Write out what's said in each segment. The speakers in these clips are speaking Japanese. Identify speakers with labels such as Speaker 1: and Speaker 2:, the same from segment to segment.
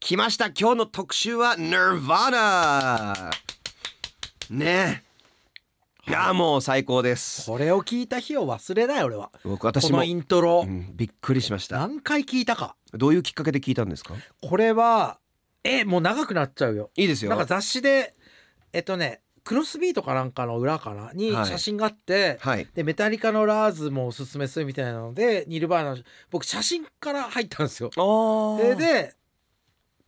Speaker 1: 来ました今日の特集は Nirvana ねえいやもう最高です
Speaker 2: これを聞いた日を忘れない俺は
Speaker 1: 僕
Speaker 2: こ
Speaker 1: 私も
Speaker 2: のイントロ、
Speaker 1: うんびっくりしました
Speaker 2: 何回聞いたか
Speaker 1: どういうきっかけで聞いたんですか
Speaker 2: これはえもう長くなっちゃうよ
Speaker 1: いいですよ
Speaker 2: なんか雑誌でえっとねクロスビートかなんかの裏かなに
Speaker 1: はい
Speaker 2: 写真があって、
Speaker 1: はい
Speaker 2: でメタリカのラーズもおすすめするみたいなのでニルバーナの僕写真から入ったんですよ
Speaker 1: あ
Speaker 2: でで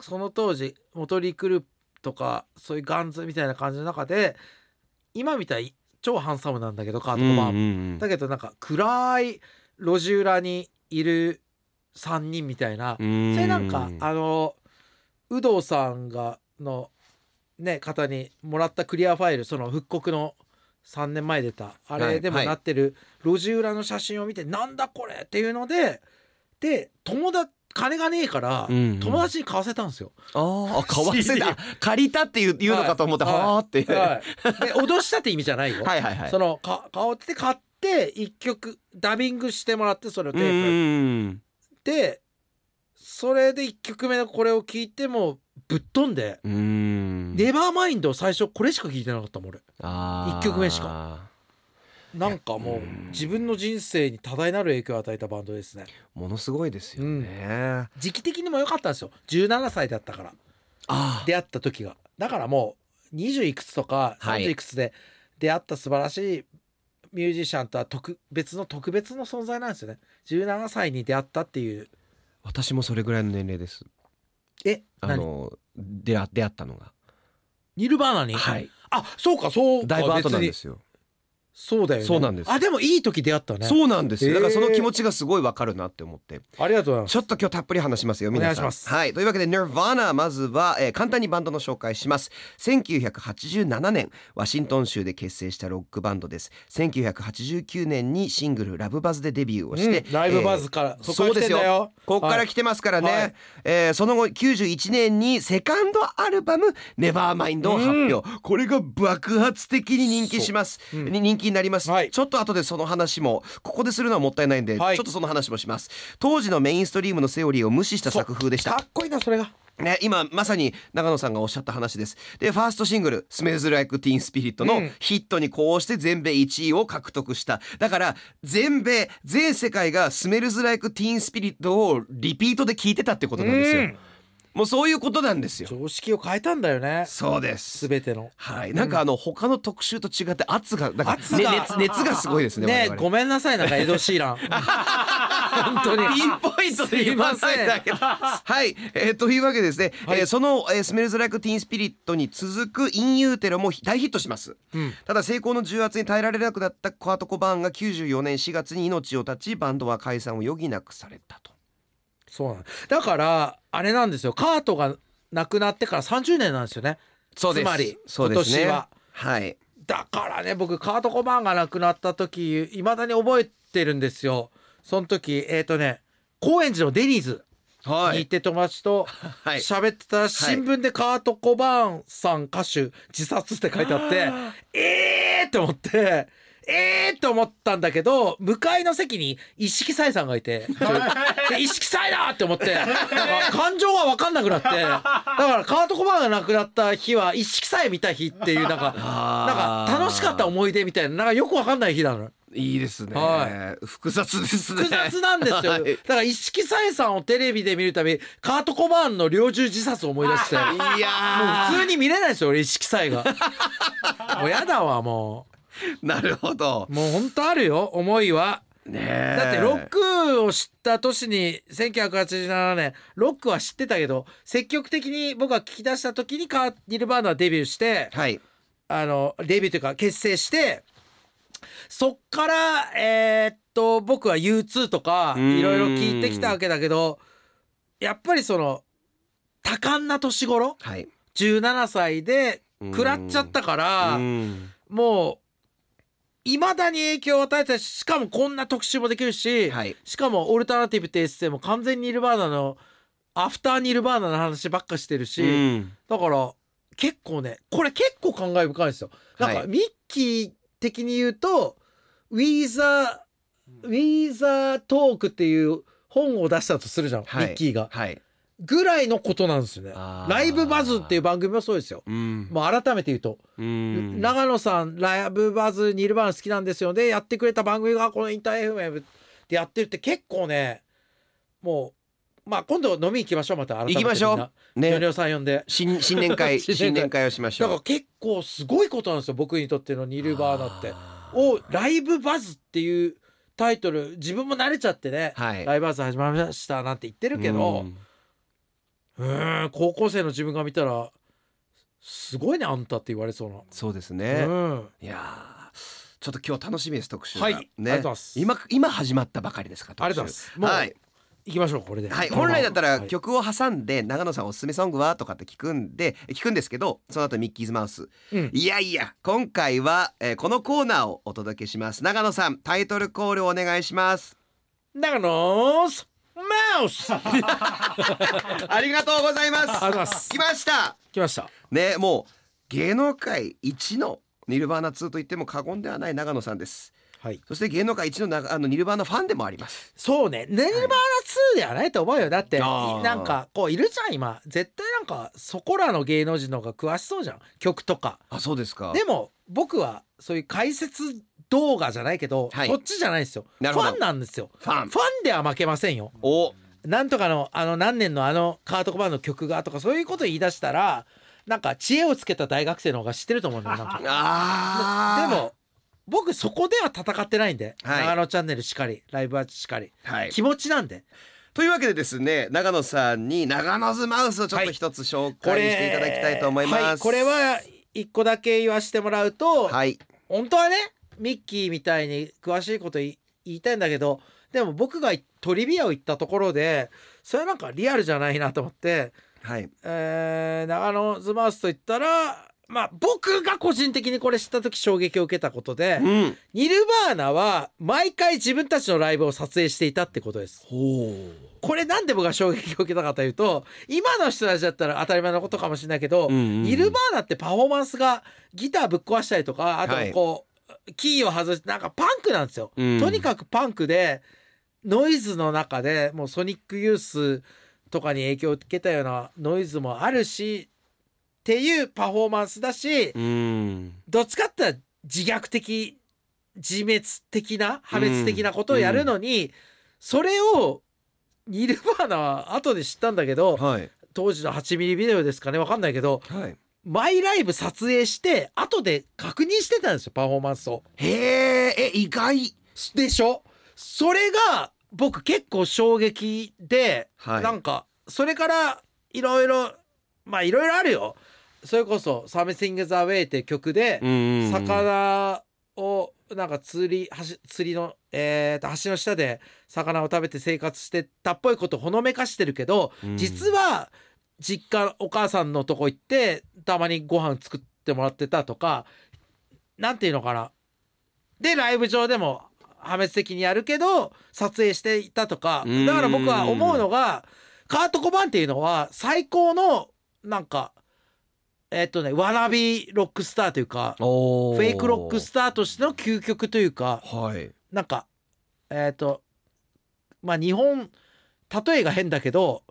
Speaker 2: その当時元リクループとかそういうガンズみたいな感じの中で今みたいに超ハンサムなんだけどカートコバーンもだけどなんか暗い路地裏にいる3人みたいな、それなんかあの有働さんがのね方にもらったクリアファイルその復刻の3年前出たあ
Speaker 1: は
Speaker 2: れ
Speaker 1: い
Speaker 2: でも
Speaker 1: はい
Speaker 2: なってる路地裏の写真を見て、なんだこれっていうのでで友達金がねえから
Speaker 1: うんうん
Speaker 2: 友達に買わせたんですよ。
Speaker 1: あーあ買わせ
Speaker 2: CD
Speaker 1: た借りたっていう言うのかと思って
Speaker 2: はいはい
Speaker 1: はあっては
Speaker 2: はい、で脅したって意味じゃないよ。
Speaker 1: いはいはい
Speaker 2: そのか買おうって買って1曲ダビングしてもらってそれをテ
Speaker 1: う
Speaker 2: ープ
Speaker 1: ん
Speaker 2: でそれで1曲目のこれを聞いてもぶっ飛んで「
Speaker 1: うん
Speaker 2: ネバーマインド」最初これしか聞いてなかったもん俺
Speaker 1: あー
Speaker 2: 一曲目しかなんかもう自分の人生に多大なる影響を与えたバンドですね
Speaker 1: ものすごいですよね
Speaker 2: 時期的にも良かったんですよ17歳だったから
Speaker 1: あ
Speaker 2: 出会った時がだからもう20いくつとか
Speaker 1: はい
Speaker 2: 30いくつで出会った素晴らしいミュージシャンとは特別の特別の存在なんですよね17歳に出会ったっていう
Speaker 1: 私もそれぐらいの年齢です
Speaker 2: え
Speaker 1: あ
Speaker 2: 何
Speaker 1: の出会出会ったのが
Speaker 2: ニルバーナに、
Speaker 1: はい
Speaker 2: あそうかそうか
Speaker 1: だいぶ後なん
Speaker 2: 別に
Speaker 1: ですよ
Speaker 2: そうだよね。
Speaker 1: そうなんです
Speaker 2: あ、でもいい時出会ったね。
Speaker 1: そうなんですよだからその
Speaker 2: へー
Speaker 1: 気持ちがすごいわかるなって思って
Speaker 2: ありがとうございます。
Speaker 1: ちょっと今日たっぷり話しますよ皆さん
Speaker 2: お願いします
Speaker 1: はいというわけで Nirvana まずは、えー簡単にバンドの紹介します1987年ワシントン州で結成したロックバンドです1989年にシングル「ラブバズでデビューをして、
Speaker 2: うんライブバズから、
Speaker 1: えー
Speaker 2: そ
Speaker 1: そ
Speaker 2: こ
Speaker 1: う
Speaker 2: か
Speaker 1: で
Speaker 2: ら来
Speaker 1: す
Speaker 2: てんだ
Speaker 1: よ
Speaker 2: よ。
Speaker 1: ここから
Speaker 2: はい
Speaker 1: 来てますからね、
Speaker 2: はい
Speaker 1: えーその後91年にセカンドアルバム「ネバーマインドを発表、これが爆発的に人気します、
Speaker 2: そううん
Speaker 1: に人気になります、
Speaker 2: はい
Speaker 1: ちょっと後でその話もここでするのはもったいないんで、
Speaker 2: はい
Speaker 1: ちょっとその話もします当時のメインストリームのセオリーを無視した作風でした
Speaker 2: かっこいいなそれが。
Speaker 1: ね、今まさに長野さんがおっしゃった話ですでファーストシングル「スメ l ズ・ライク・ティーン・スピリット」
Speaker 2: う
Speaker 1: の
Speaker 2: ん
Speaker 1: ヒットにこうして全米1位を獲得しただから全米全世界が「スメ l ズ・ライク・ティーン・スピリット」をリピートで聞いてたってことなんですよ、
Speaker 2: うん
Speaker 1: もうそういうことなんですよ
Speaker 2: 常識を変えたんだよね。
Speaker 1: そうです
Speaker 2: すべての。
Speaker 1: はいなんかあの他の特集と違って圧がなんか、
Speaker 2: 圧
Speaker 1: ね
Speaker 2: が
Speaker 1: 熱熱がすごいですね
Speaker 2: ね
Speaker 1: 我々
Speaker 2: ごめんなさいなんかエドシーラン。 本当に。
Speaker 1: ピンポイントで言わないんだけど。はい、えーというわけでですね、
Speaker 2: はい
Speaker 1: えーその、えー、スメルズ・ライク・ティーン・スピリットに続くイン・ユーテロも大ヒットします。
Speaker 2: うん
Speaker 1: ただ成功の重圧に耐えられなくなったカート・コバーンが94年4月に命を絶ち、バンドは解散を余儀なくされたと。
Speaker 2: そうなんだからあれなんですよ。カートが亡くなってから30年なんですよね。
Speaker 1: そうです。
Speaker 2: つまり
Speaker 1: そうですね、
Speaker 2: 今年は。
Speaker 1: はい。
Speaker 2: だからね僕カート・コバーンが亡くなった時いまだに覚えてるんですよその時えっ、とね高円寺のデニーズ
Speaker 1: は
Speaker 2: に行っ。て友達と
Speaker 1: はい
Speaker 2: 喋ってたら新聞でカート・コバーンさん歌手自殺って書いてあって、えーって思ってえーって思ったんだけど向かいの席に一色斎さんがいてで一色斎だって 思ってなんか感情が分かんなくなってだからカート・コバーンが亡くなった日は一色斎見た日っていうなんかな
Speaker 1: あ
Speaker 2: ん
Speaker 1: ー
Speaker 2: か楽しかった思い出みたいななんかよく分かんない 日なの。
Speaker 1: いいですね、
Speaker 2: は
Speaker 1: 複雑ですね。
Speaker 2: 複雑なんですよ。
Speaker 1: は
Speaker 2: だ
Speaker 1: い
Speaker 2: から一色さえさんをテレビで見るたび、カートコバーンの猟銃自殺を思い出して。もう
Speaker 1: いやー
Speaker 2: 普通に見れないですよ、俺一色さ えが。もうやだわ、も
Speaker 1: なるほど
Speaker 2: う。。もう本当あるよ、思いは。
Speaker 1: ねえ
Speaker 2: だってロックを知った年に1987年ロックは知ってたけど積極的に僕が聞き出した時にカーニルバーナはデビューして
Speaker 1: はい。
Speaker 2: あのデビューというか結成してそっからえーっと僕は U2 とか
Speaker 1: うーん
Speaker 2: いろいろ聞いてきたわけだけどやっぱりその多感な年頃
Speaker 1: はい。
Speaker 2: 17歳で食らっちゃったから
Speaker 1: うん
Speaker 2: もういまだに影響を与えてしかもこんな特集もできるし、
Speaker 1: はい。
Speaker 2: しかもオルタナティブってエッセイも完全にニルバーナのアフターニルバーナの話ばっかしてるし。
Speaker 1: うん
Speaker 2: だから結構ねこれ結構感慨深いんですよ。なん
Speaker 1: は
Speaker 2: か
Speaker 1: い
Speaker 2: ミッキー的に言うと、ウィーザーウィーザートークっていう本を出したとするじゃん、
Speaker 1: はい
Speaker 2: ミッキーが。
Speaker 1: はい。
Speaker 2: ぐらいのことなんですよね
Speaker 1: あー
Speaker 2: 「ライブバズ」っていう番組もそうですよ
Speaker 1: うん
Speaker 2: もう改めて言うと、
Speaker 1: うん
Speaker 2: 長野さんライブバズニルバーナ好きなんですよねやってくれた番組がこのインター FM でやってるって結構ねもうまあ今度飲み行きましょうまた改めて
Speaker 1: 行きましょう
Speaker 2: みんなジョニ
Speaker 1: ね
Speaker 2: オさん呼んで
Speaker 1: 新新年会
Speaker 2: 新年会
Speaker 1: 新年会をしまし
Speaker 2: だから
Speaker 1: ょう
Speaker 2: 結構すごいことなんですよ僕にとってのニルバーナって
Speaker 1: あー
Speaker 2: をライブバズっていうタイトル自分も慣れちゃってね、
Speaker 1: はい
Speaker 2: ライブバズ始まりましたなんて言ってるけ
Speaker 1: う
Speaker 2: ど
Speaker 1: ん
Speaker 2: うーん高校生の自分が見たらすごいねあんたって言われそうな。
Speaker 1: そうですね
Speaker 2: うん
Speaker 1: いやーちょっと今日楽しみです特集が
Speaker 2: はい、ありがとう
Speaker 1: ね
Speaker 2: ございます。
Speaker 1: 今今始まったばかりですか
Speaker 2: あり
Speaker 1: 特
Speaker 2: がと
Speaker 1: 集
Speaker 2: うございます。もう、
Speaker 1: はい
Speaker 2: い、行きましょうこれで。
Speaker 1: はい、
Speaker 2: この
Speaker 1: 本
Speaker 2: まま
Speaker 1: 来だったら
Speaker 2: はい
Speaker 1: 曲を挟んで長野さんおすすめソングはとかって聞くんで聞くんですけどその後ミッキーズマウス
Speaker 2: うん
Speaker 1: いやいや今回は、えーこのコーナーをお届けします長野さんタイトルコールをお願いします
Speaker 2: 長野スマ ウス。ありがとう
Speaker 1: ありがとうございます
Speaker 2: ございます。
Speaker 1: 来ました
Speaker 2: 来ました。
Speaker 1: ねもう芸能界一のニルバーナ2と言っても過言ではない長野さんです
Speaker 2: はい。
Speaker 1: そして芸能界一のなあのニルバーナファンでもあります
Speaker 2: そうね、ネルバーナ2ではないと思うよ。だって、い
Speaker 1: あー
Speaker 2: なんか、こう、いるじゃん、今。絶対なんか、そこらの芸能人の方が詳しそうじゃん。曲とか。
Speaker 1: あそうですか
Speaker 2: でも、僕は、そういう解説動画じゃないけど、
Speaker 1: はい
Speaker 2: そっちじゃないんですよ。フ
Speaker 1: なるほど
Speaker 2: ァンなんですよ。
Speaker 1: ファン
Speaker 2: ファンでは負けませんよ。
Speaker 1: お
Speaker 2: なんとかのあの何年のあのカートコバーンの曲がとかそういうこと言い出したらなんか知恵をつけた大学生の方が知ってると思うんだよなんか
Speaker 1: あー
Speaker 2: でも僕そこでは戦ってないんで、
Speaker 1: はい
Speaker 2: 長野チャンネルしかりライブアーチしかり、
Speaker 1: はい
Speaker 2: 気持ちなんで
Speaker 1: というわけでですね長野さんに長野ズマウスをちょっと一つ紹介していただきたいと思います、
Speaker 2: はいこれは一個だけ言わせてもらうと、
Speaker 1: はい
Speaker 2: 本当はねミッキーみたいに詳しいこと言い言いたいんだけどでも僕がトリビアを言ったところでそれはなんかリアルじゃないなと思って
Speaker 1: はい
Speaker 2: えー長野ズマウスと言ったら、まあ、僕が個人的にこれ知った時衝撃を受けたことで、
Speaker 1: うん
Speaker 2: ニルバーナは毎回自分たちのライブを撮影していたってことです。
Speaker 1: ほ
Speaker 2: これなんで僕が衝撃を受けたかというと今の人たちだったら当たり前のことかもしれないけど、
Speaker 1: うんうんうん
Speaker 2: ニルバーナってパフォーマンスがギターぶっ壊したりとかあとこう、キーを外してなんかパンクなんですよ。
Speaker 1: うん
Speaker 2: とにかくパンクでノイズの中でもうソニックユースとかに影響を受けたようなノイズもあるしっていうパフォーマンスだし
Speaker 1: うん
Speaker 2: どっちかって言ったら自虐的自滅的な破滅的なことをやるのに、それをニルバーナは後で知ったんだけど
Speaker 1: はい
Speaker 2: 当時の8ミリビデオですかねわかんないけど
Speaker 1: はい
Speaker 2: マイライブ撮影して後で確認してたんですよパフォーマンスを。
Speaker 1: へええ意外
Speaker 2: でしょそれが僕結構衝撃で、
Speaker 1: はい
Speaker 2: なんかそれからいろいろまあいろいろあるよそれこそ「Something the Way」って曲で、魚をなんか釣り橋釣りの、えーと橋の下で魚を食べて生活してたっぽいことをほのめかしてるけど、
Speaker 1: うん
Speaker 2: 実は実家お母さんのとこ行ってたまにご飯作ってもらってたとかなんていうのかなでライブ上でも破滅的にやるけど撮影していたとか
Speaker 1: うん
Speaker 2: だから僕は思うのがカート・コバーンっていうのは最高のなんかえっとねわらびロックスターというか
Speaker 1: お
Speaker 2: フェイクロックスターとしての究極というか
Speaker 1: はい
Speaker 2: なんかえっ、とまあ日本例えが変だけど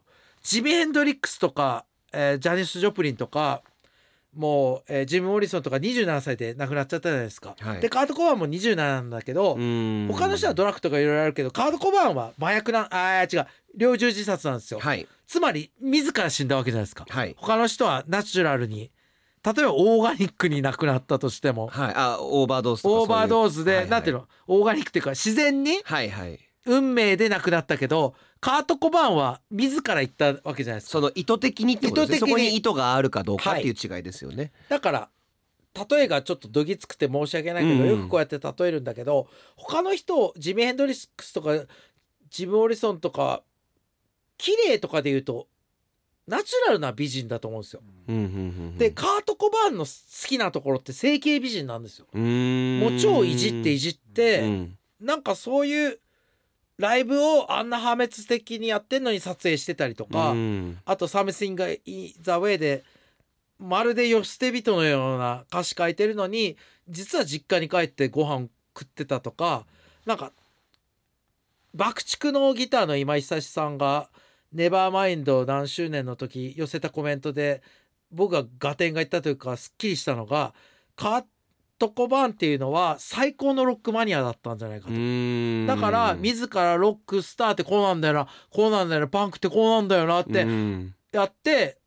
Speaker 2: ジミ・ヘンドリックスとか、えージャニス・ジョプリンとかもう、えージム・モリソンとか27歳で亡くなっちゃったじゃないですか。
Speaker 1: はい
Speaker 2: でカート・コバーンも27なんだけど、
Speaker 1: うん
Speaker 2: 他の人はドラッグとかいろいろあるけどカート・コバーンは麻薬なんあー違う猟銃自殺なんですよ。
Speaker 1: はい
Speaker 2: つまり自ら死んだわけじゃないですか。
Speaker 1: はい
Speaker 2: 他の人はナチュラルに例えばオーガニックに亡くなったとしても
Speaker 1: はいあオーバードーズとかそうい
Speaker 2: オ
Speaker 1: う
Speaker 2: ーバードーズで、
Speaker 1: はいはい
Speaker 2: なんていうのオーガニックっていうか自然に
Speaker 1: はいはい
Speaker 2: 運命で亡くなったけどカート・コバーンは自ら言ったわけじゃないですか
Speaker 1: その意図的にってことですね
Speaker 2: 意図
Speaker 1: そ
Speaker 2: 的に
Speaker 1: こに意図があるかどうかっていう違いですよね
Speaker 2: だから例えがちょっとどぎつくて申し訳ないけど、
Speaker 1: うん
Speaker 2: よくこうやって例えるんだけど他の人をジミ・ヘンドリックスとかジム・オリソンとか綺麗とかで言うとナチュラルな美人だと思うんですよ。
Speaker 1: うんうんうんうん
Speaker 2: でカート・コバーンの好きなところって整形美人なんですよ。
Speaker 1: うーん
Speaker 2: もう超いじっていじって、
Speaker 1: うん
Speaker 2: なんかそういうライブをあんな破滅的にやってんのに撮影してたりとか、
Speaker 1: うん
Speaker 2: あと「Something in the Way」でまるで世捨て人のような歌詞書いてるのに実は実家に帰ってご飯食ってたとかなんか爆竹のギターの今井久志さんがネバーマインド何周年の時寄せたコメントで僕が合点がいったというかすっきりしたのがカート・コバーンっていうのは最高のロックマニアだったんじゃないかと。だから自らロックスターってこうなんだよなこうなんだよなパンクってこうなんだよなってやって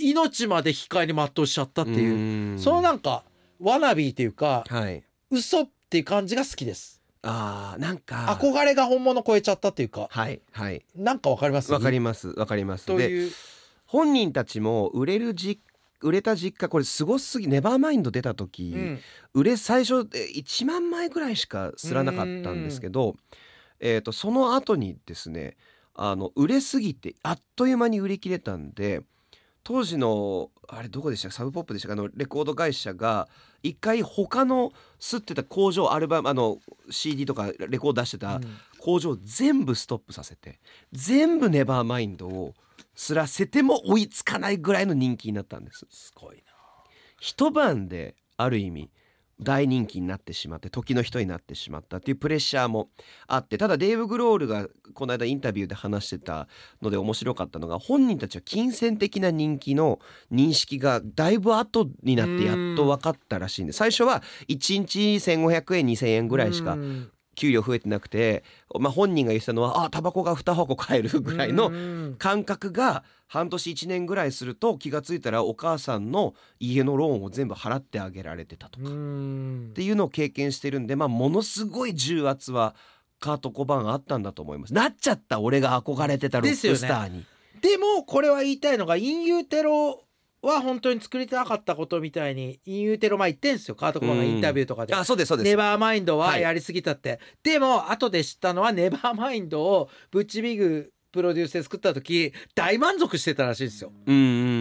Speaker 2: 命まで引き換えに全うしちゃったっていう
Speaker 1: う
Speaker 2: その
Speaker 1: な
Speaker 2: なんかワナビーっていうか
Speaker 1: はい
Speaker 2: 嘘っていう感じが好きです
Speaker 1: あーなんか
Speaker 2: 憧れが本物超えちゃったっていうか
Speaker 1: はいはい
Speaker 2: なんかわかります
Speaker 1: わかりますわかります
Speaker 2: と
Speaker 1: で
Speaker 2: いう
Speaker 1: 本人たちも売れるじ売れた実家これすごすぎネバーマインド出た時、
Speaker 2: うん
Speaker 1: 売れ最初えー1万枚ぐらいしかすらなかったんですけど、えー、とその後にですねあの売れすぎてあっという間に売り切れたんで当時のあれどこでしたサブポップでしたかあのレコード会社が一回他の吸ってた工場アルバムあの CD とかレコード出してた
Speaker 2: うん
Speaker 1: 工場全部ストップさせて全部ネバーマインドをすらせても追いつかないぐらいの人気になったんです。
Speaker 2: すごいな
Speaker 1: 一晩である意味大人気になってしまって時の人になってしまったっていうプレッシャーもあってただデーブ・グロールがこの間インタビューで話してたので面白かったのが本人たちは金銭的な人気の認識がだいぶ後になってやっと分かったらしいんで最初は1日1500円2000円ぐらいしか
Speaker 2: うん
Speaker 1: 給料増えてなくて、まあ、本人が言ってたのはあタバコが2箱買えるぐらいの
Speaker 2: うん
Speaker 1: 感覚が半年1年ぐらいすると気がついたらお母さんの家のローンを全部払ってあげられてたとか
Speaker 2: う
Speaker 1: っ
Speaker 2: ん
Speaker 1: ていうのを経験してるんで、まあ、ものすごい重圧はカート・コバーンあったんだと思いますなっちゃった俺が憧れてたロックスターに、
Speaker 2: でもこれは言いたいのが「インユーテロ」は本当に作りたかったことみたいに「インユーテロ」前言ってんすよカート・コバーンがインタビューとかで。
Speaker 1: あそうですそうです
Speaker 2: ネバーマインドは
Speaker 1: はい
Speaker 2: やりすぎたって、でも後で知ったのはネバーマインドをブッチビグプロデュースで作った時大満足してたらしいんですよ
Speaker 1: うんうんう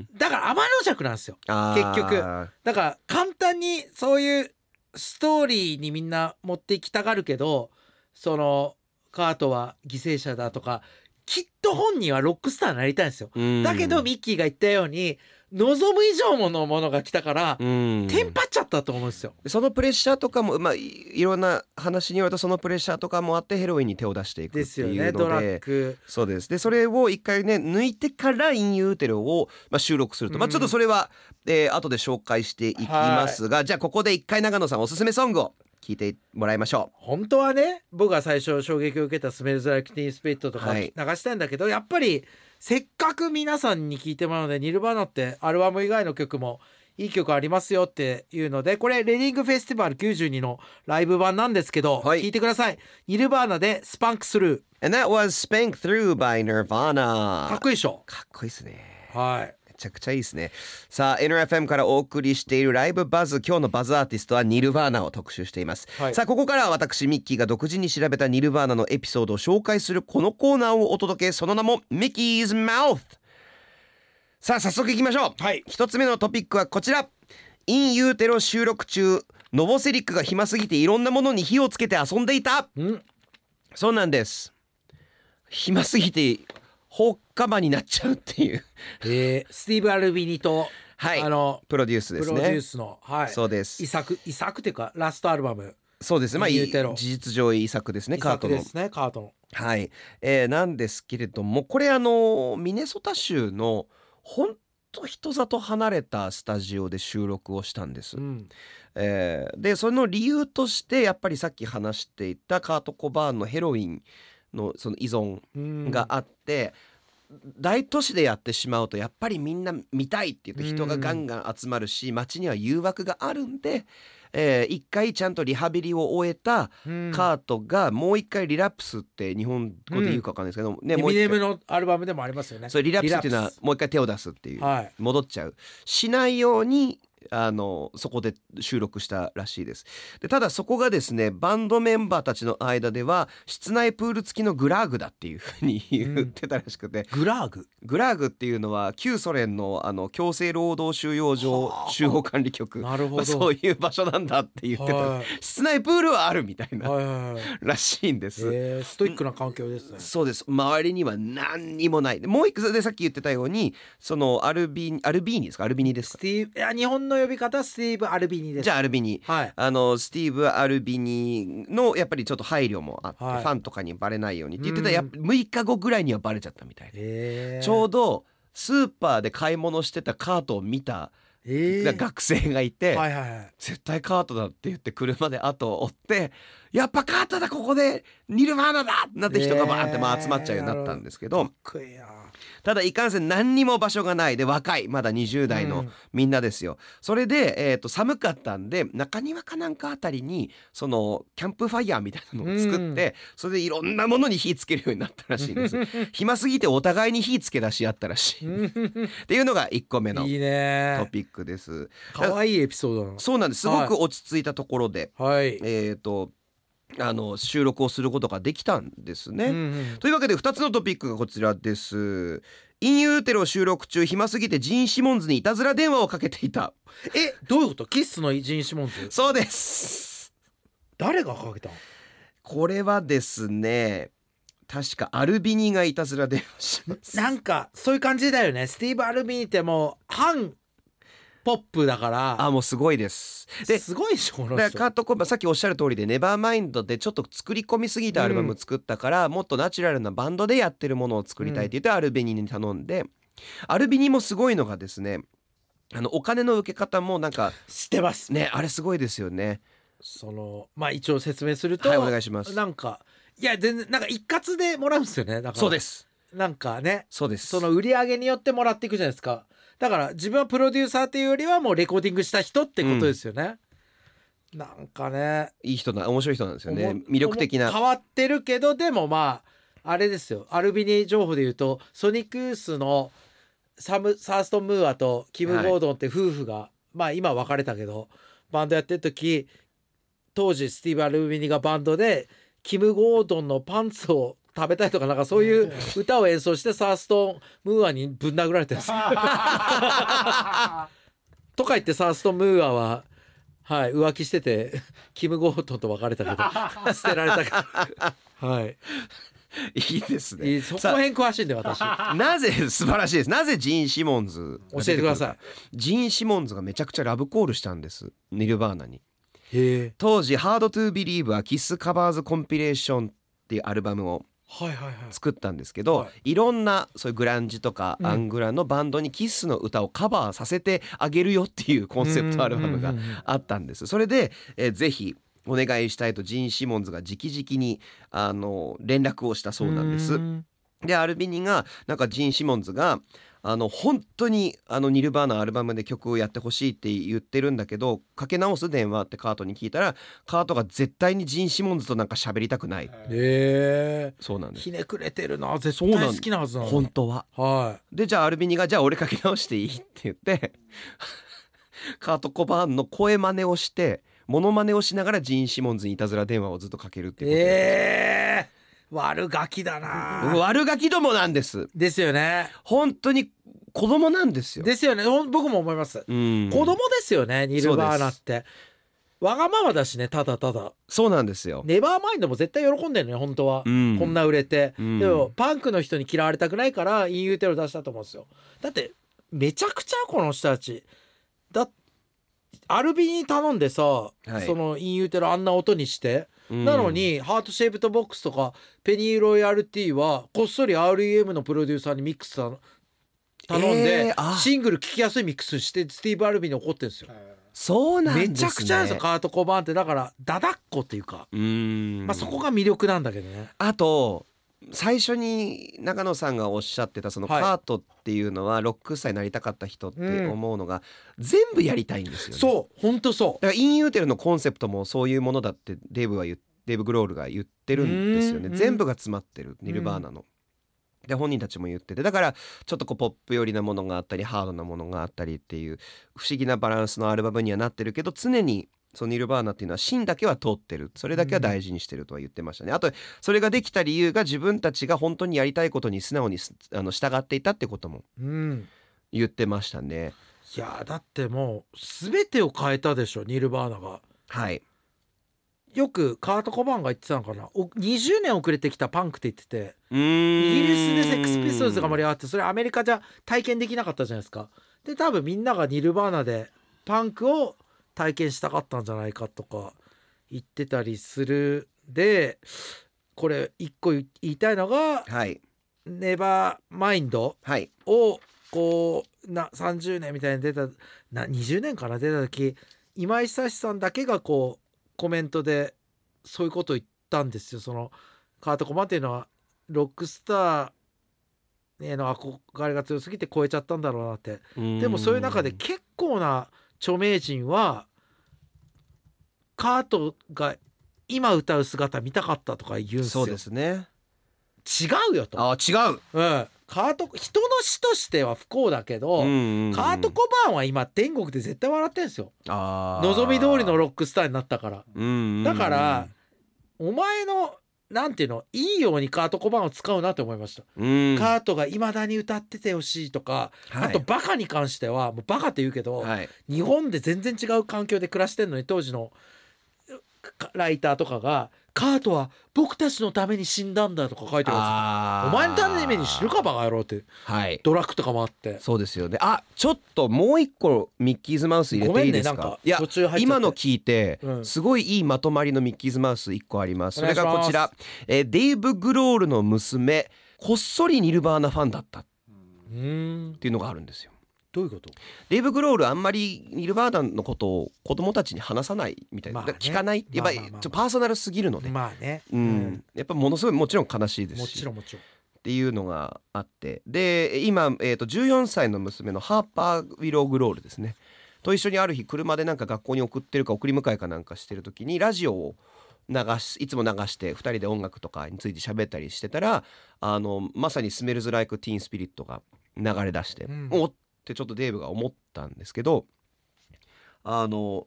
Speaker 1: ん
Speaker 2: だから天の弱なんですよ
Speaker 1: あー
Speaker 2: 結局だから簡単にそういうストーリーにみんな持っていきたがるけどそのカートは犠牲者だとかきっと本人はロックスターになりたいんですよ
Speaker 1: うん
Speaker 2: だけどミッキーが言ったように望む以上のものが来たから、
Speaker 1: うん
Speaker 2: テンパっちゃったと思うんですよ。
Speaker 1: そのプレッシャーとかも、まあ、いいろんな話によるとそのプレッシャーとかもあってヘロインに手を出していく
Speaker 2: で
Speaker 1: っ
Speaker 2: す
Speaker 1: て
Speaker 2: よ
Speaker 1: いうので
Speaker 2: ねドラッグ。
Speaker 1: そうですでそれを一回ね抜いてから「インユーテロを」まあ、収録すると、まあ、
Speaker 2: うん
Speaker 1: ちょっとそれは、えー後で紹介していきますが、じゃあここで一回長野さんおすすめソングを聞いてもらいましょ
Speaker 2: 本当はね僕が最初衝撃を受けた「スメルズ・ライク・ティーン・スピリット」とか
Speaker 1: は
Speaker 2: 流
Speaker 1: い
Speaker 2: したいんだけど、やっぱりせっかく皆さんに聞いてもらうのでニルバーナってアルバム以外の曲もいい曲ありますよっていうのでこれレディングフェスティバル92のライブ版なんですけど、
Speaker 1: はい
Speaker 2: 聞いてくださいニルバーナで「スパンクスルー
Speaker 1: う。And that was Spank Through by」
Speaker 2: かっ
Speaker 1: Nirvana。
Speaker 2: こいいでしょ
Speaker 1: かっこいいですね。
Speaker 2: はい
Speaker 1: めちゃくちゃいいですね。さあ NRFM からお送りしているライブバズ今日のバズアーティストはニルヴァーナを特集しています。
Speaker 2: はい
Speaker 1: さあここからは私ミッキーが独自に調べたニルヴァーナのエピソードを紹介するこのコーナーをお届けその名もミッキーズマウスさあ早速いきましょう、
Speaker 2: はい
Speaker 1: 一つ目のトピックはこちらインユーテロ収録中ノボセリックが暇すぎていろんなものに火をつけて遊んでいた
Speaker 2: ん
Speaker 1: そうなんです暇すぎて放火魔になっちゃうっていう
Speaker 2: えースティーブ・アルビニと、
Speaker 1: はい
Speaker 2: あの
Speaker 1: プロデュースで
Speaker 2: プ
Speaker 1: す
Speaker 2: ロ
Speaker 1: ね
Speaker 2: デュースの、はい、
Speaker 1: そうです
Speaker 2: 遺作遺作っていうかラストアルバム
Speaker 1: そうですねまあい
Speaker 2: インユーテロ
Speaker 1: 事実上遺作ですね
Speaker 2: 遺
Speaker 1: カート
Speaker 2: 作
Speaker 1: の
Speaker 2: ですねカートの
Speaker 1: はい、えーなんですけれどもこれあのミネソタ州のほんと人里離れたスタジオで収録をしたんです。
Speaker 2: うん
Speaker 1: えーでその理由としてやっぱりさっき話していたカート・コバーンのヘロインのその依存
Speaker 2: うん
Speaker 1: があって、大都市でやってしまうとやっぱりみんな見たいって言って人がガンガン集まるし、街には誘惑があるんで、えー一回ちゃんとリハビリを終えた
Speaker 2: うん
Speaker 1: カートがもう一回リラプスって日本語で言うかわかんないですけど、ね
Speaker 2: エ
Speaker 1: もう
Speaker 2: ミ
Speaker 1: 一
Speaker 2: ネム
Speaker 1: 回
Speaker 2: のアルバムでもありますよね
Speaker 1: そうリラプスっていうの
Speaker 2: リラ
Speaker 1: はもう一回手を出すっていう、
Speaker 2: はい
Speaker 1: 戻っちゃうしないようにあのそこで収録したらしいですでただそこがですねバンドメンバーたちの間では室内プール付きのグラーグだっていうふうに言ってたらしくて、
Speaker 2: グラーグ
Speaker 1: グラーグっていうのは旧ソ連のあの強制労働収容所
Speaker 2: はあ
Speaker 1: 集合管理局
Speaker 2: なるほ
Speaker 1: ま
Speaker 2: ど
Speaker 1: あそういう場所なんだって言ってた、
Speaker 2: はい
Speaker 1: 室内プールはあるみたいな、
Speaker 2: はいはいはい
Speaker 1: らしいんです、
Speaker 2: えーストイックな環境ですね
Speaker 1: そうです周りには何にもないでもう一個でさっき言ってたようにそのアルビーニアルビーニですかアルビーニです
Speaker 2: ス
Speaker 1: か
Speaker 2: ティーブいや日本のの呼び方スティーブ・アルビニです
Speaker 1: じゃあアルビニ
Speaker 2: はい
Speaker 1: あのスティーブ・アルビニのやっぱりちょっと配慮もあって、
Speaker 2: はい
Speaker 1: ファンとかにバレないようにって言ってたら
Speaker 2: うん
Speaker 1: やっぱ6日後ぐらいにはバレちゃったみたいで、
Speaker 2: え
Speaker 1: ちょう
Speaker 2: ど、
Speaker 1: どスーパーで買い物してたカートを見た
Speaker 2: えー
Speaker 1: 学生がいて、
Speaker 2: はいはいはい
Speaker 1: 絶対カートだって言って車で後を追ってやっぱカートだここでニルヴァーナだってなって人がバーンってまあ集まっちゃうようになったんですけど、
Speaker 2: かっこいいな
Speaker 1: ただいかんせん何にも場所がないで若いまだ20代
Speaker 2: う
Speaker 1: の
Speaker 2: ん
Speaker 1: みんなですよ、それで、えー、と寒かったんで中庭かなんかあたりにそのキャンプファイヤーみたいなのを作って、それでいろんなものに火つけるようになったらしいんです 暇すぎてお互いに火つけ出し合ったらしい、っ
Speaker 2: うん
Speaker 1: ていうのが1個目の
Speaker 2: いい
Speaker 1: ト
Speaker 2: ね
Speaker 1: ピックです、
Speaker 2: 可愛いエピソードなの
Speaker 1: そうなんですすごく落ち着いたところで、
Speaker 2: はい、
Speaker 1: えっ、とあの収録をすることができたんですね、
Speaker 2: うんうん
Speaker 1: というわけで2つのトピックがこちらです。インユーテロ収録中暇すぎてジーン・シモンズにいたずら電話をかけていた
Speaker 2: えどういうことキッスのジン・シモンズ
Speaker 1: そうです
Speaker 2: 誰がかけたの
Speaker 1: これはですね確かアルビニがいたずら電話します
Speaker 2: なんかそういう感じだよねスティーブ・アルビニってもう反ポップだから
Speaker 1: あもうすごいですです
Speaker 2: ごいでしょこ
Speaker 1: だ
Speaker 2: の
Speaker 1: から
Speaker 2: 人
Speaker 1: カート・コーバーンさっきおっしゃる通りで「ネバーマインドでちょっと作り込みすぎたアルバム作ったから、もっとナチュラルなバンドでやってるものを作りたいって言ってアルビニに頼んで、アルビニもすごいのがですねあのお金の受け方もなんか
Speaker 2: 知ってます
Speaker 1: ねあれすごいですよね。
Speaker 2: そのまあ一応説明すると、
Speaker 1: はいお願いします。
Speaker 2: なんかいや全然なんか一括でもらうんですよねだから
Speaker 1: す。
Speaker 2: なんかね
Speaker 1: そうです。
Speaker 2: その売り上げによってもらっていくじゃないですかだから自分はプロデューサーっていうよりはもうレコーディングした人ってことですよね、なんかね
Speaker 1: いい人な面白い人なんですよ
Speaker 2: お
Speaker 1: ね
Speaker 2: も。
Speaker 1: 魅力的
Speaker 2: おも
Speaker 1: な。
Speaker 2: 変わってるけどでもまああれですよアルビニ情報で言うとソニックユースのサムサーストン・ムーアとキム・
Speaker 1: はい
Speaker 2: ゴードンって夫婦が、まあ今は別れたけどバンドやってる時当時スティーブ・アルビニがバンドでキム・ゴードンのパンツを食べたいとかなんかそういう歌を演奏してサーストン・ムーアにぶん殴られてるんです よとか言ってサーストン・ムーアは、はい、浮気しててキム・ゴードンと別れた けど捨てられたけどはい
Speaker 1: いいです
Speaker 2: い
Speaker 1: ね。
Speaker 2: いそこ
Speaker 1: さ
Speaker 2: ら辺詳しいんで私教
Speaker 1: あなぜ素晴らしいです。なぜジーン・シモンズ が
Speaker 2: えてくださ
Speaker 1: い。ジーン・シモンズがめちゃくちゃラブコールしたんです。ニルバーナに。
Speaker 2: いへえ
Speaker 1: 当時「Hard to Believe」はキスカバーズコンピレーションっていうアルバムを
Speaker 2: はいはいはい
Speaker 1: 作ったんですけど、、
Speaker 2: はい
Speaker 1: ろんなそういうグランジとか
Speaker 2: うん
Speaker 1: アングラのバンドにキスの歌をカバーさせてあげるよっていうコンセプトアルバムが
Speaker 2: うんうんうんうん
Speaker 1: あったんですそれで、えーぜひお願いしたいとジン・シモンズが直々にあの連絡をしたそうなんです。
Speaker 2: ん
Speaker 1: でアルビニがなんかジン・シモンズがあの本当にあのニルバーナアルバムで曲をやってほしいって言ってるんだけどかけ直す電話ってカートに聞いたらカートが絶対にジン・シモンズとなんか喋りたくない
Speaker 2: へえ
Speaker 1: そうなんです
Speaker 2: ひねくれてるな絶
Speaker 1: そうなん
Speaker 2: 対
Speaker 1: で
Speaker 2: 好
Speaker 1: す
Speaker 2: きなはずなの
Speaker 1: 本当は
Speaker 2: は
Speaker 1: でじゃあアルビニが「じゃあ俺かけ直していい?」って言って カート・コバーンの声真似をしてモノマネをしながらジン・シモンズにいたずら電話をずっとかけるっ
Speaker 2: い
Speaker 1: ていうことで
Speaker 2: ええ悪ガキだな
Speaker 1: 悪ガキどもなんです
Speaker 2: ですよね
Speaker 1: 本当に子供なんですよ。
Speaker 2: ですよねほん僕も思います
Speaker 1: うん、
Speaker 2: 子供ですよねニルバーナってわがままだしねただただ
Speaker 1: そうなんですよ。
Speaker 2: ネバーマインドも絶対喜んでるね本当は、
Speaker 1: うん
Speaker 2: こんな売れて、
Speaker 1: うん
Speaker 2: でもパンクの人に嫌われたくないからインユーテロ出したと思うんですよだってめちゃくちゃこの人たちだアルビに頼んでさ、
Speaker 1: い
Speaker 2: そのインユーテロあんな音にして、
Speaker 1: うん
Speaker 2: なのにハートシェイプトボックスとかペニーロイヤルティはこっそり REM のプロデューサーにミックス頼頼んで、
Speaker 1: えーあ
Speaker 2: シングル聴きやすいミックスしてスティーブ・アルビに怒ってるんですよ
Speaker 1: そうなんです、
Speaker 2: め
Speaker 1: ね、
Speaker 2: ちゃくちゃですよカート・コバーンってだからダダっ子っていうか
Speaker 1: うーん
Speaker 2: まあ、そこが魅力なんだけどね。
Speaker 1: あと最初に中野さんがおっしゃってたその
Speaker 2: はい
Speaker 1: カートっていうのはロックスターになりたかった人って
Speaker 2: うん
Speaker 1: 思うのが全部やりたいんですよね。う
Speaker 2: そう、本当そ
Speaker 1: だからインユーテルのコンセプトもそういうものだってデーブは言っデーブ・グロールが言ってるんですよ
Speaker 2: う
Speaker 1: ね
Speaker 2: んうん
Speaker 1: 全部が詰まってるニルバーナの。で本人たちも言っててだからちょっとこうポップ寄りなものがあったりハードなものがあったりっていう不思議なバランスのアルバムにはなってるけど常にそのニルバーナっていうのは芯だけは通ってるそれだけは大事にしてるとは言ってましたね。あとそれができた理由が自分たちが本当にやりたいことに素直にすあの従っていたってことも
Speaker 2: う。うん。
Speaker 1: 言ってましたね。
Speaker 2: いやーだってもう全てを変えたでしょニルバーナが。
Speaker 1: はい、
Speaker 2: よくカート・コバーンが言ってたのかなお20年遅れてきたパンクって言ってて
Speaker 1: うーん
Speaker 2: イギリスでセックスピストルズが盛り上がってそれアメリカじゃ体験できなかったじゃないですか。で多分みんながニルバーナでパンクを体験したかったんじゃないかとか言ってたりするでこれ一個言いたいのが
Speaker 1: はい
Speaker 2: ネバーマインド
Speaker 1: はい
Speaker 2: をこうな30年みたいに出たな20年かな出た時今井久志さんだけがこうコメントでそういうことを言ったんですよ。そのカート・コマンっていうのはロックスターへの憧れが強すぎて超えちゃったんだろうなってでもそういう中で結構な著名人はカートが今歌う姿見たかったとか言うんですよ。
Speaker 1: そうですね
Speaker 2: 違うよと。
Speaker 1: あー違う
Speaker 2: うん、カート人の死としては不幸だけど、カート・コバーンは今天国で絶対笑ってんですよ望
Speaker 1: 望
Speaker 2: み通りのロックスターになったから
Speaker 1: の
Speaker 2: だからお前のなんていうのいいようにカート・コバーンを使うなと思いました、カ
Speaker 1: カー
Speaker 2: ートがいまだに歌っててほしいとか、あとバカに関してはもうバカって言うけど、
Speaker 1: はい
Speaker 2: 日本で全然違う環境で暮らしてんのに当時のかライターとかが「カートは僕たちのために死んだんだ」とか書いてるやつ
Speaker 1: あ
Speaker 2: お
Speaker 1: ー
Speaker 2: 前のために死ぬかバカ野郎って
Speaker 1: はい
Speaker 2: ドラッグとかもあって
Speaker 1: そうですよねあちょっともう一個ミッキーズマウス入れ
Speaker 2: ごめ
Speaker 1: てい
Speaker 2: ん
Speaker 1: い
Speaker 2: ね
Speaker 1: で
Speaker 2: な
Speaker 1: す
Speaker 2: ん
Speaker 1: か
Speaker 2: か
Speaker 1: いや
Speaker 2: 途中入っちゃって
Speaker 1: 今の聞いて、
Speaker 2: うん
Speaker 1: すごいいいまとまりのミッキーズマウス1個あります
Speaker 2: お
Speaker 1: そ
Speaker 2: 願
Speaker 1: れ
Speaker 2: いします
Speaker 1: がこちら、えーデイブ・グロールの娘こっそりニルバーナファンだったっ
Speaker 2: うーん
Speaker 1: ていうのがあるんですよ
Speaker 2: どういうこと
Speaker 1: デイブ・グロールあんまりニルバーナのことを子供たちに話さないみたいな、
Speaker 2: まあね
Speaker 1: だから聞かないやっぱり
Speaker 2: まあまあまあ
Speaker 1: ちょっとパーソナルすぎるので、
Speaker 2: まあね、
Speaker 1: うんやっぱものすごいもちろん悲しい
Speaker 2: うん
Speaker 1: ですし
Speaker 2: もちろんもちろん
Speaker 1: っていうのがあってで今、えー、と14歳の娘のハーパー・ウィロー・グロールですねと一緒にある日車でなんか学校に送ってるか送り迎えかなんかしてる時にラジオを流しいつも流して2人で音楽とかについて喋ったりしてたらあのまさに「スメルズ・ライク・ティーン・スピリット」が流れ出して、
Speaker 2: うん
Speaker 1: おっってちょっとデーブが思ったんですけどあの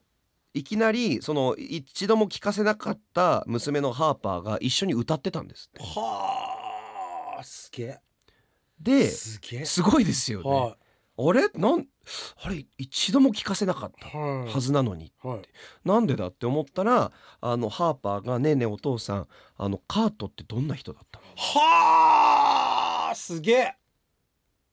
Speaker 1: いきなりその一度も聞かせなかった娘のハーパーが一緒に歌ってたんですって
Speaker 2: はあすげえ
Speaker 1: です
Speaker 2: げえ
Speaker 1: すごいですよね。
Speaker 2: は
Speaker 1: あれなんあれ一度も聞かせなかっ
Speaker 2: いはい
Speaker 1: たはずなのに、
Speaker 2: はい
Speaker 1: なんでだって思ったらあのハーパーが「ねえねえお父さんあのカートってどんな人だった
Speaker 2: はあすげえ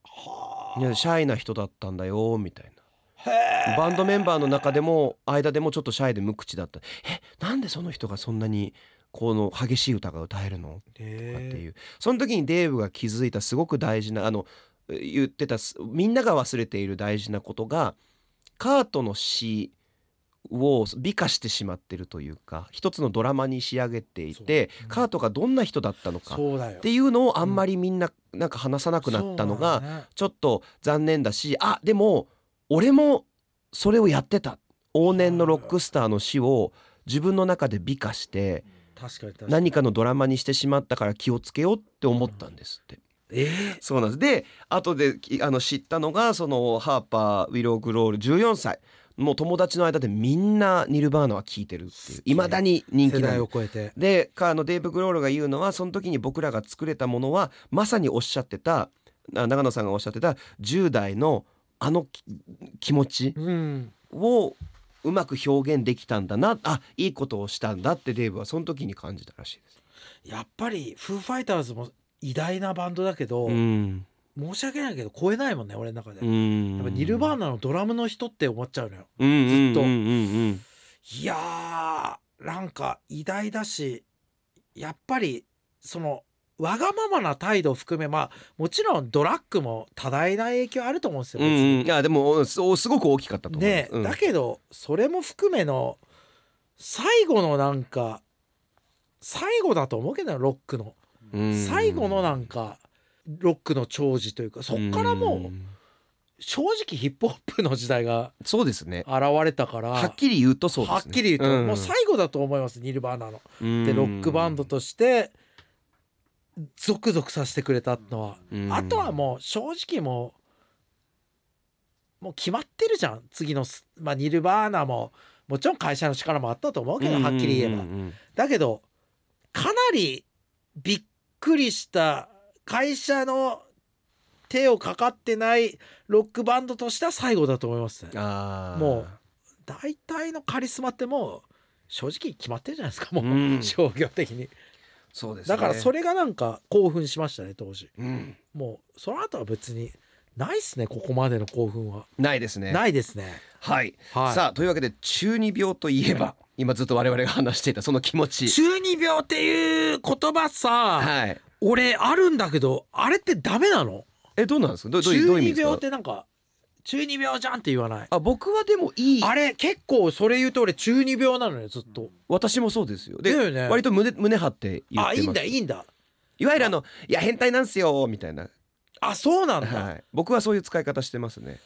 Speaker 2: はあ
Speaker 1: のいやシャイな人だったんだよ」みたい
Speaker 2: へ
Speaker 1: な
Speaker 2: え
Speaker 1: バンドメンバーの中でも間でもちょっとシャイで無口だった「えなんでその人がそんなにこの激しい歌が歌えるの?」とかっていう、その時にデーブが気づいたすごく大事なあの言ってたすみんなが忘れている大事なことがカートの詩を美化してしまってるというか一つのドラマに仕上げていて、
Speaker 2: そううん
Speaker 1: カートがどんな人だったのかっ
Speaker 2: そうだよ
Speaker 1: ていうのをあんまりみんななんか話さなくなったの
Speaker 2: そ
Speaker 1: が
Speaker 2: うだね
Speaker 1: ちょっと残念だしあでも俺もそれをやってた往年のロックスターの詩を自分の中で美化して
Speaker 2: 確かに確かに
Speaker 1: 何かのドラマにしてしまったから気をつけようって思ったんですって。
Speaker 2: ええ
Speaker 1: そうなんですで後できあの知ったのがそのハーパーウィロー・グロール14歳もう友達の間でみんなニルバーナは聴いてるっていう
Speaker 2: げえ
Speaker 1: いまだに人
Speaker 2: 世
Speaker 1: 気な
Speaker 2: 代
Speaker 1: の
Speaker 2: を超えて
Speaker 1: でかあのデーブ・グロールが言うのはその時に僕らが作れたものはまさにおっしゃってたあ長野さんがおっしゃってた10代のあのき気持ち
Speaker 2: うん
Speaker 1: をうまく表現できたんだなあいいことをしたんだってデーブはその時に感じたらしいです。
Speaker 2: やっぱりフーファイターズも偉大なバンドだけど、
Speaker 1: ん
Speaker 2: 申し訳ないけど超えないもんね俺の中
Speaker 1: や
Speaker 2: で、やっぱニルバー
Speaker 1: ナ
Speaker 2: ナのドラムの人って思っちゃうのよずっと
Speaker 1: と
Speaker 2: いやーなんか偉大だしやっぱりそのわがままな態度を含めまあもちろんドラッグも多大な影響あると思うんですよ、別に
Speaker 1: いやでもそうすごく大きかったと思います
Speaker 2: ねえ、
Speaker 1: うん
Speaker 2: だけどそれも含めの最後のなんか最後だと思うけどなロックの、
Speaker 1: うん
Speaker 2: 最後のなんかロックの長寿というかそっからもう、
Speaker 1: ん
Speaker 2: 正直ヒップホップの時代が
Speaker 1: そうですね
Speaker 2: 現れたから
Speaker 1: はっきり言うとそうですね
Speaker 2: はっきり言うと、
Speaker 1: ん
Speaker 2: もう最後だと思いますニルバーナの。
Speaker 1: うん
Speaker 2: でロックバンドとしてゾクゾクさせてくれたのは、
Speaker 1: うん
Speaker 2: あとはもう正直もうもう決まってるじゃん次のス、まあ、ニルバーナももちろん会社の力もあったと思うけど、
Speaker 1: うん
Speaker 2: はっきり言えば。
Speaker 1: うんうん
Speaker 2: だけどかなりびっくりした会社の手をかかってないロックバンドとしては最後だと思いますね。
Speaker 1: あー
Speaker 2: も大体のカリスマってもう正直決まってるじゃないですかもう、
Speaker 1: うん
Speaker 2: 商業的に
Speaker 1: そうですね
Speaker 2: だからそ
Speaker 1: れ
Speaker 2: れがなんか興奮しましたね当時
Speaker 1: うん
Speaker 2: もうその後は別にないっすねここまでの興奮は、
Speaker 1: ないですね
Speaker 2: ないですね
Speaker 1: はい、
Speaker 2: はい
Speaker 1: さあというわけで中二病といえば今ずっと我々が話していたその気持ち
Speaker 2: 中二病っていう言葉さ、
Speaker 1: はい
Speaker 2: 俺あるんだけどあれってダメなの
Speaker 1: えどうなんですかどうどういうどう
Speaker 2: 中
Speaker 1: いう意
Speaker 2: 二
Speaker 1: 味です
Speaker 2: 病っ
Speaker 1: か
Speaker 2: てなんか中二病じゃんって言わない
Speaker 1: あ僕はでもいい
Speaker 2: あれ結構それ言うと俺中二病なのよずっと
Speaker 1: 私もそうですよで
Speaker 2: だよね
Speaker 1: 割と胸胸張って言っ
Speaker 2: あい
Speaker 1: て
Speaker 2: い
Speaker 1: ます
Speaker 2: んだいいんだ
Speaker 1: いわゆるあのいや変態なんすよみたいな
Speaker 2: あそうなんだ、
Speaker 1: はい僕はそういう使い方してますね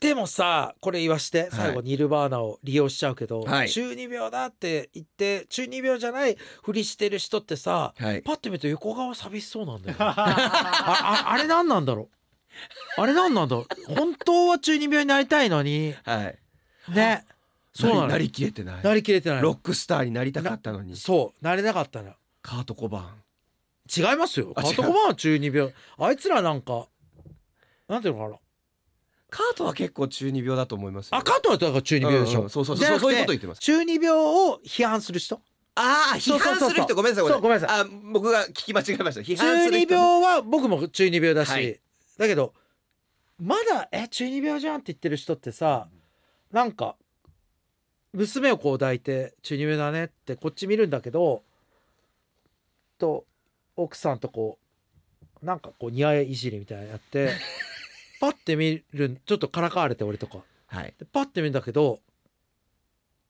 Speaker 2: でもさこれ言わして最
Speaker 1: は
Speaker 2: 後ニルバーナを利用しちゃうけど、
Speaker 1: はい
Speaker 2: 中二病だって言って中二病じゃないふりしてる人ってさ
Speaker 1: はい
Speaker 2: パッて見ると横顔寂しそうな んだよね、あああれ何なんだろうあれ何なんだろう本当は中二病になりたいのに
Speaker 1: はい
Speaker 2: ねそうなの
Speaker 1: なりきれてない
Speaker 2: なりきれてない
Speaker 1: ロ
Speaker 2: の
Speaker 1: ックスターになりたかったのに
Speaker 2: そうなれなかったの
Speaker 1: カート・コバーン
Speaker 2: 違いますよ
Speaker 1: あ
Speaker 2: カ
Speaker 1: 違う
Speaker 2: ートコバーンは中二病あいつらなんかなんていうのかな
Speaker 1: カートは結構中二病だと思いますよ
Speaker 2: あカートはだから中二病でし
Speaker 1: う
Speaker 2: ょ、
Speaker 1: んうんそうそう
Speaker 2: じゃ
Speaker 1: そ
Speaker 2: な
Speaker 1: う
Speaker 2: くて
Speaker 1: そういうこと言ってます
Speaker 2: 中二病を批判する人
Speaker 1: ああ批
Speaker 2: そうそう
Speaker 1: 判
Speaker 2: そうそう
Speaker 1: する人ごめんなさいこれ
Speaker 2: そうごめんな
Speaker 1: あ僕が聞き間違えました批判
Speaker 2: 中
Speaker 1: する
Speaker 2: 二
Speaker 1: 人ね
Speaker 2: 病は僕も中二病だし、
Speaker 1: はい
Speaker 2: だけどまだ「え中二病じゃん」って言ってる人ってさなんか娘をこう抱いて「中二病だね」ってこっち見るんだけどと奥さんとこうなんかこう似合いいじりみたいなのやって パッて見るちょっとからかわれて俺とか
Speaker 1: はい
Speaker 2: でパッて見るんだけど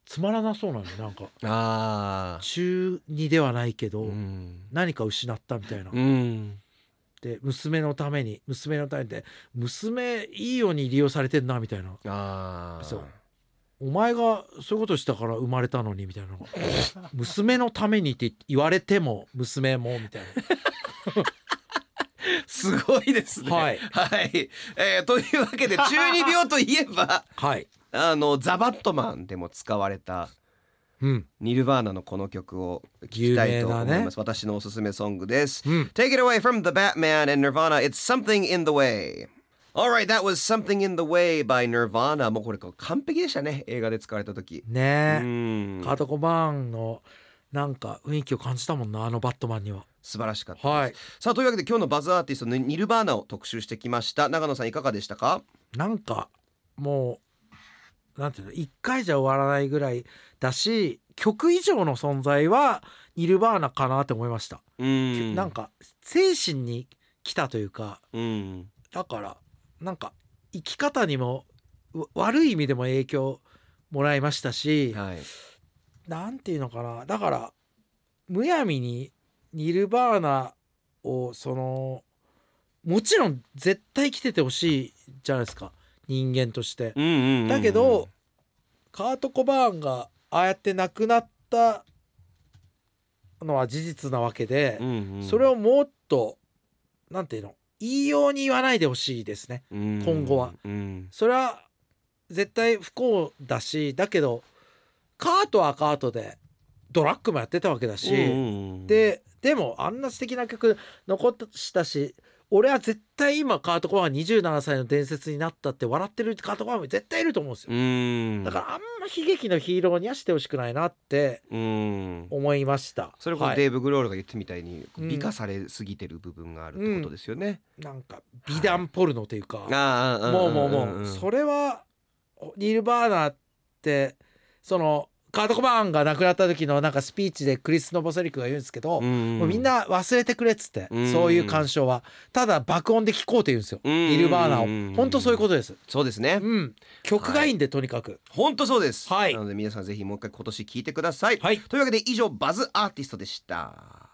Speaker 2: つまらなそうなのよなんか
Speaker 1: ああ
Speaker 2: 中二ではないけど、
Speaker 1: うん
Speaker 2: 何か失ったみたいな。
Speaker 1: うん
Speaker 2: で娘のために娘のためにで娘いいように利用されてんなみたいな
Speaker 1: ああ
Speaker 2: そうお前がそういうことしたから生まれたのにみたい なのが娘のためにって言われても娘もみたい
Speaker 1: すごいですね
Speaker 2: はい
Speaker 1: はいえーというわ けで中二病といえば
Speaker 2: なはい
Speaker 1: あのザ・バットマンでも使われた
Speaker 2: うん
Speaker 1: ニルバーナのこの曲を聞きたいと思いま
Speaker 2: 有名なね
Speaker 1: す、私のおすすめソングです、
Speaker 2: うん
Speaker 1: Take it away from the Batman and Nirvana It's something in the way Alright that was something in the way by Nirvana もうこれ完璧でしたね映画で使われた時う
Speaker 2: ねえ、
Speaker 1: ん
Speaker 2: カート・コバーンのなんか雰囲気を感じたもんなあのバットマンには
Speaker 1: 素晴らしかったです、
Speaker 2: はい
Speaker 1: さあというわけで今日のバズアーティストのニルバーナを特集してきました長野さんいかがでしたか
Speaker 2: なんかもうなんていうの一回じゃ終わらないぐらいだし曲以上の存在はニルバーナかなって思いました
Speaker 1: うん
Speaker 2: なんか精神に来たというか
Speaker 1: うん
Speaker 2: だからなんか生き方にもわ悪い意味でも影響もらいましたし
Speaker 1: はい
Speaker 2: なんていうのかなだからむやみにニルバーナをそのもちろん絶対生きててほしいじゃないですか人間として。
Speaker 1: うんうんうんうん
Speaker 2: だけど、カート・コバーンがああやって亡くなったのは事実なわけで。
Speaker 1: うんうん
Speaker 2: それをもっとなんていうの言いように言わないでほしいですね今後は、
Speaker 1: うん
Speaker 2: それは絶対不幸だしだけどカートはカートでドラッグもやってたわけだし、
Speaker 1: うんうんうん
Speaker 2: ででもあんな素敵な曲残したし俺は絶対今カートコバーン27歳の伝説になったって笑ってるカートコバーンも絶対いると思うんですよ、
Speaker 1: うん
Speaker 2: だからあんま悲劇のヒーローにはしてほしくないなって
Speaker 1: うん
Speaker 2: 思いました
Speaker 1: それこ
Speaker 2: は
Speaker 1: そ
Speaker 2: い
Speaker 1: デーブ・グロールが言ってみたいに
Speaker 2: うん
Speaker 1: 美化されすぎてる部分があるってことですよね。
Speaker 2: なんか美談ポルノというか、
Speaker 1: ああ
Speaker 2: もうもうもう、
Speaker 1: そ
Speaker 2: それはニルバーナってそのカート・コバーンが亡くなった時のなんかスピーチでクリス・ノボセリックが言うんですけど、も
Speaker 1: も
Speaker 2: うみんな忘れてくれっつって、
Speaker 1: うん
Speaker 2: そういう鑑賞はただ爆音で聴こうって言うんですよ、
Speaker 1: うん
Speaker 2: ニルバーナ
Speaker 1: うんうんうん
Speaker 2: を本当そういうことです、
Speaker 1: そうですね
Speaker 2: うん、曲がいいんで、とにかく
Speaker 1: 本当そうです、
Speaker 2: はい
Speaker 1: なので皆さんぜひもう一回今年聞いてください、
Speaker 2: はい
Speaker 1: というわけで以上バズアーティストでした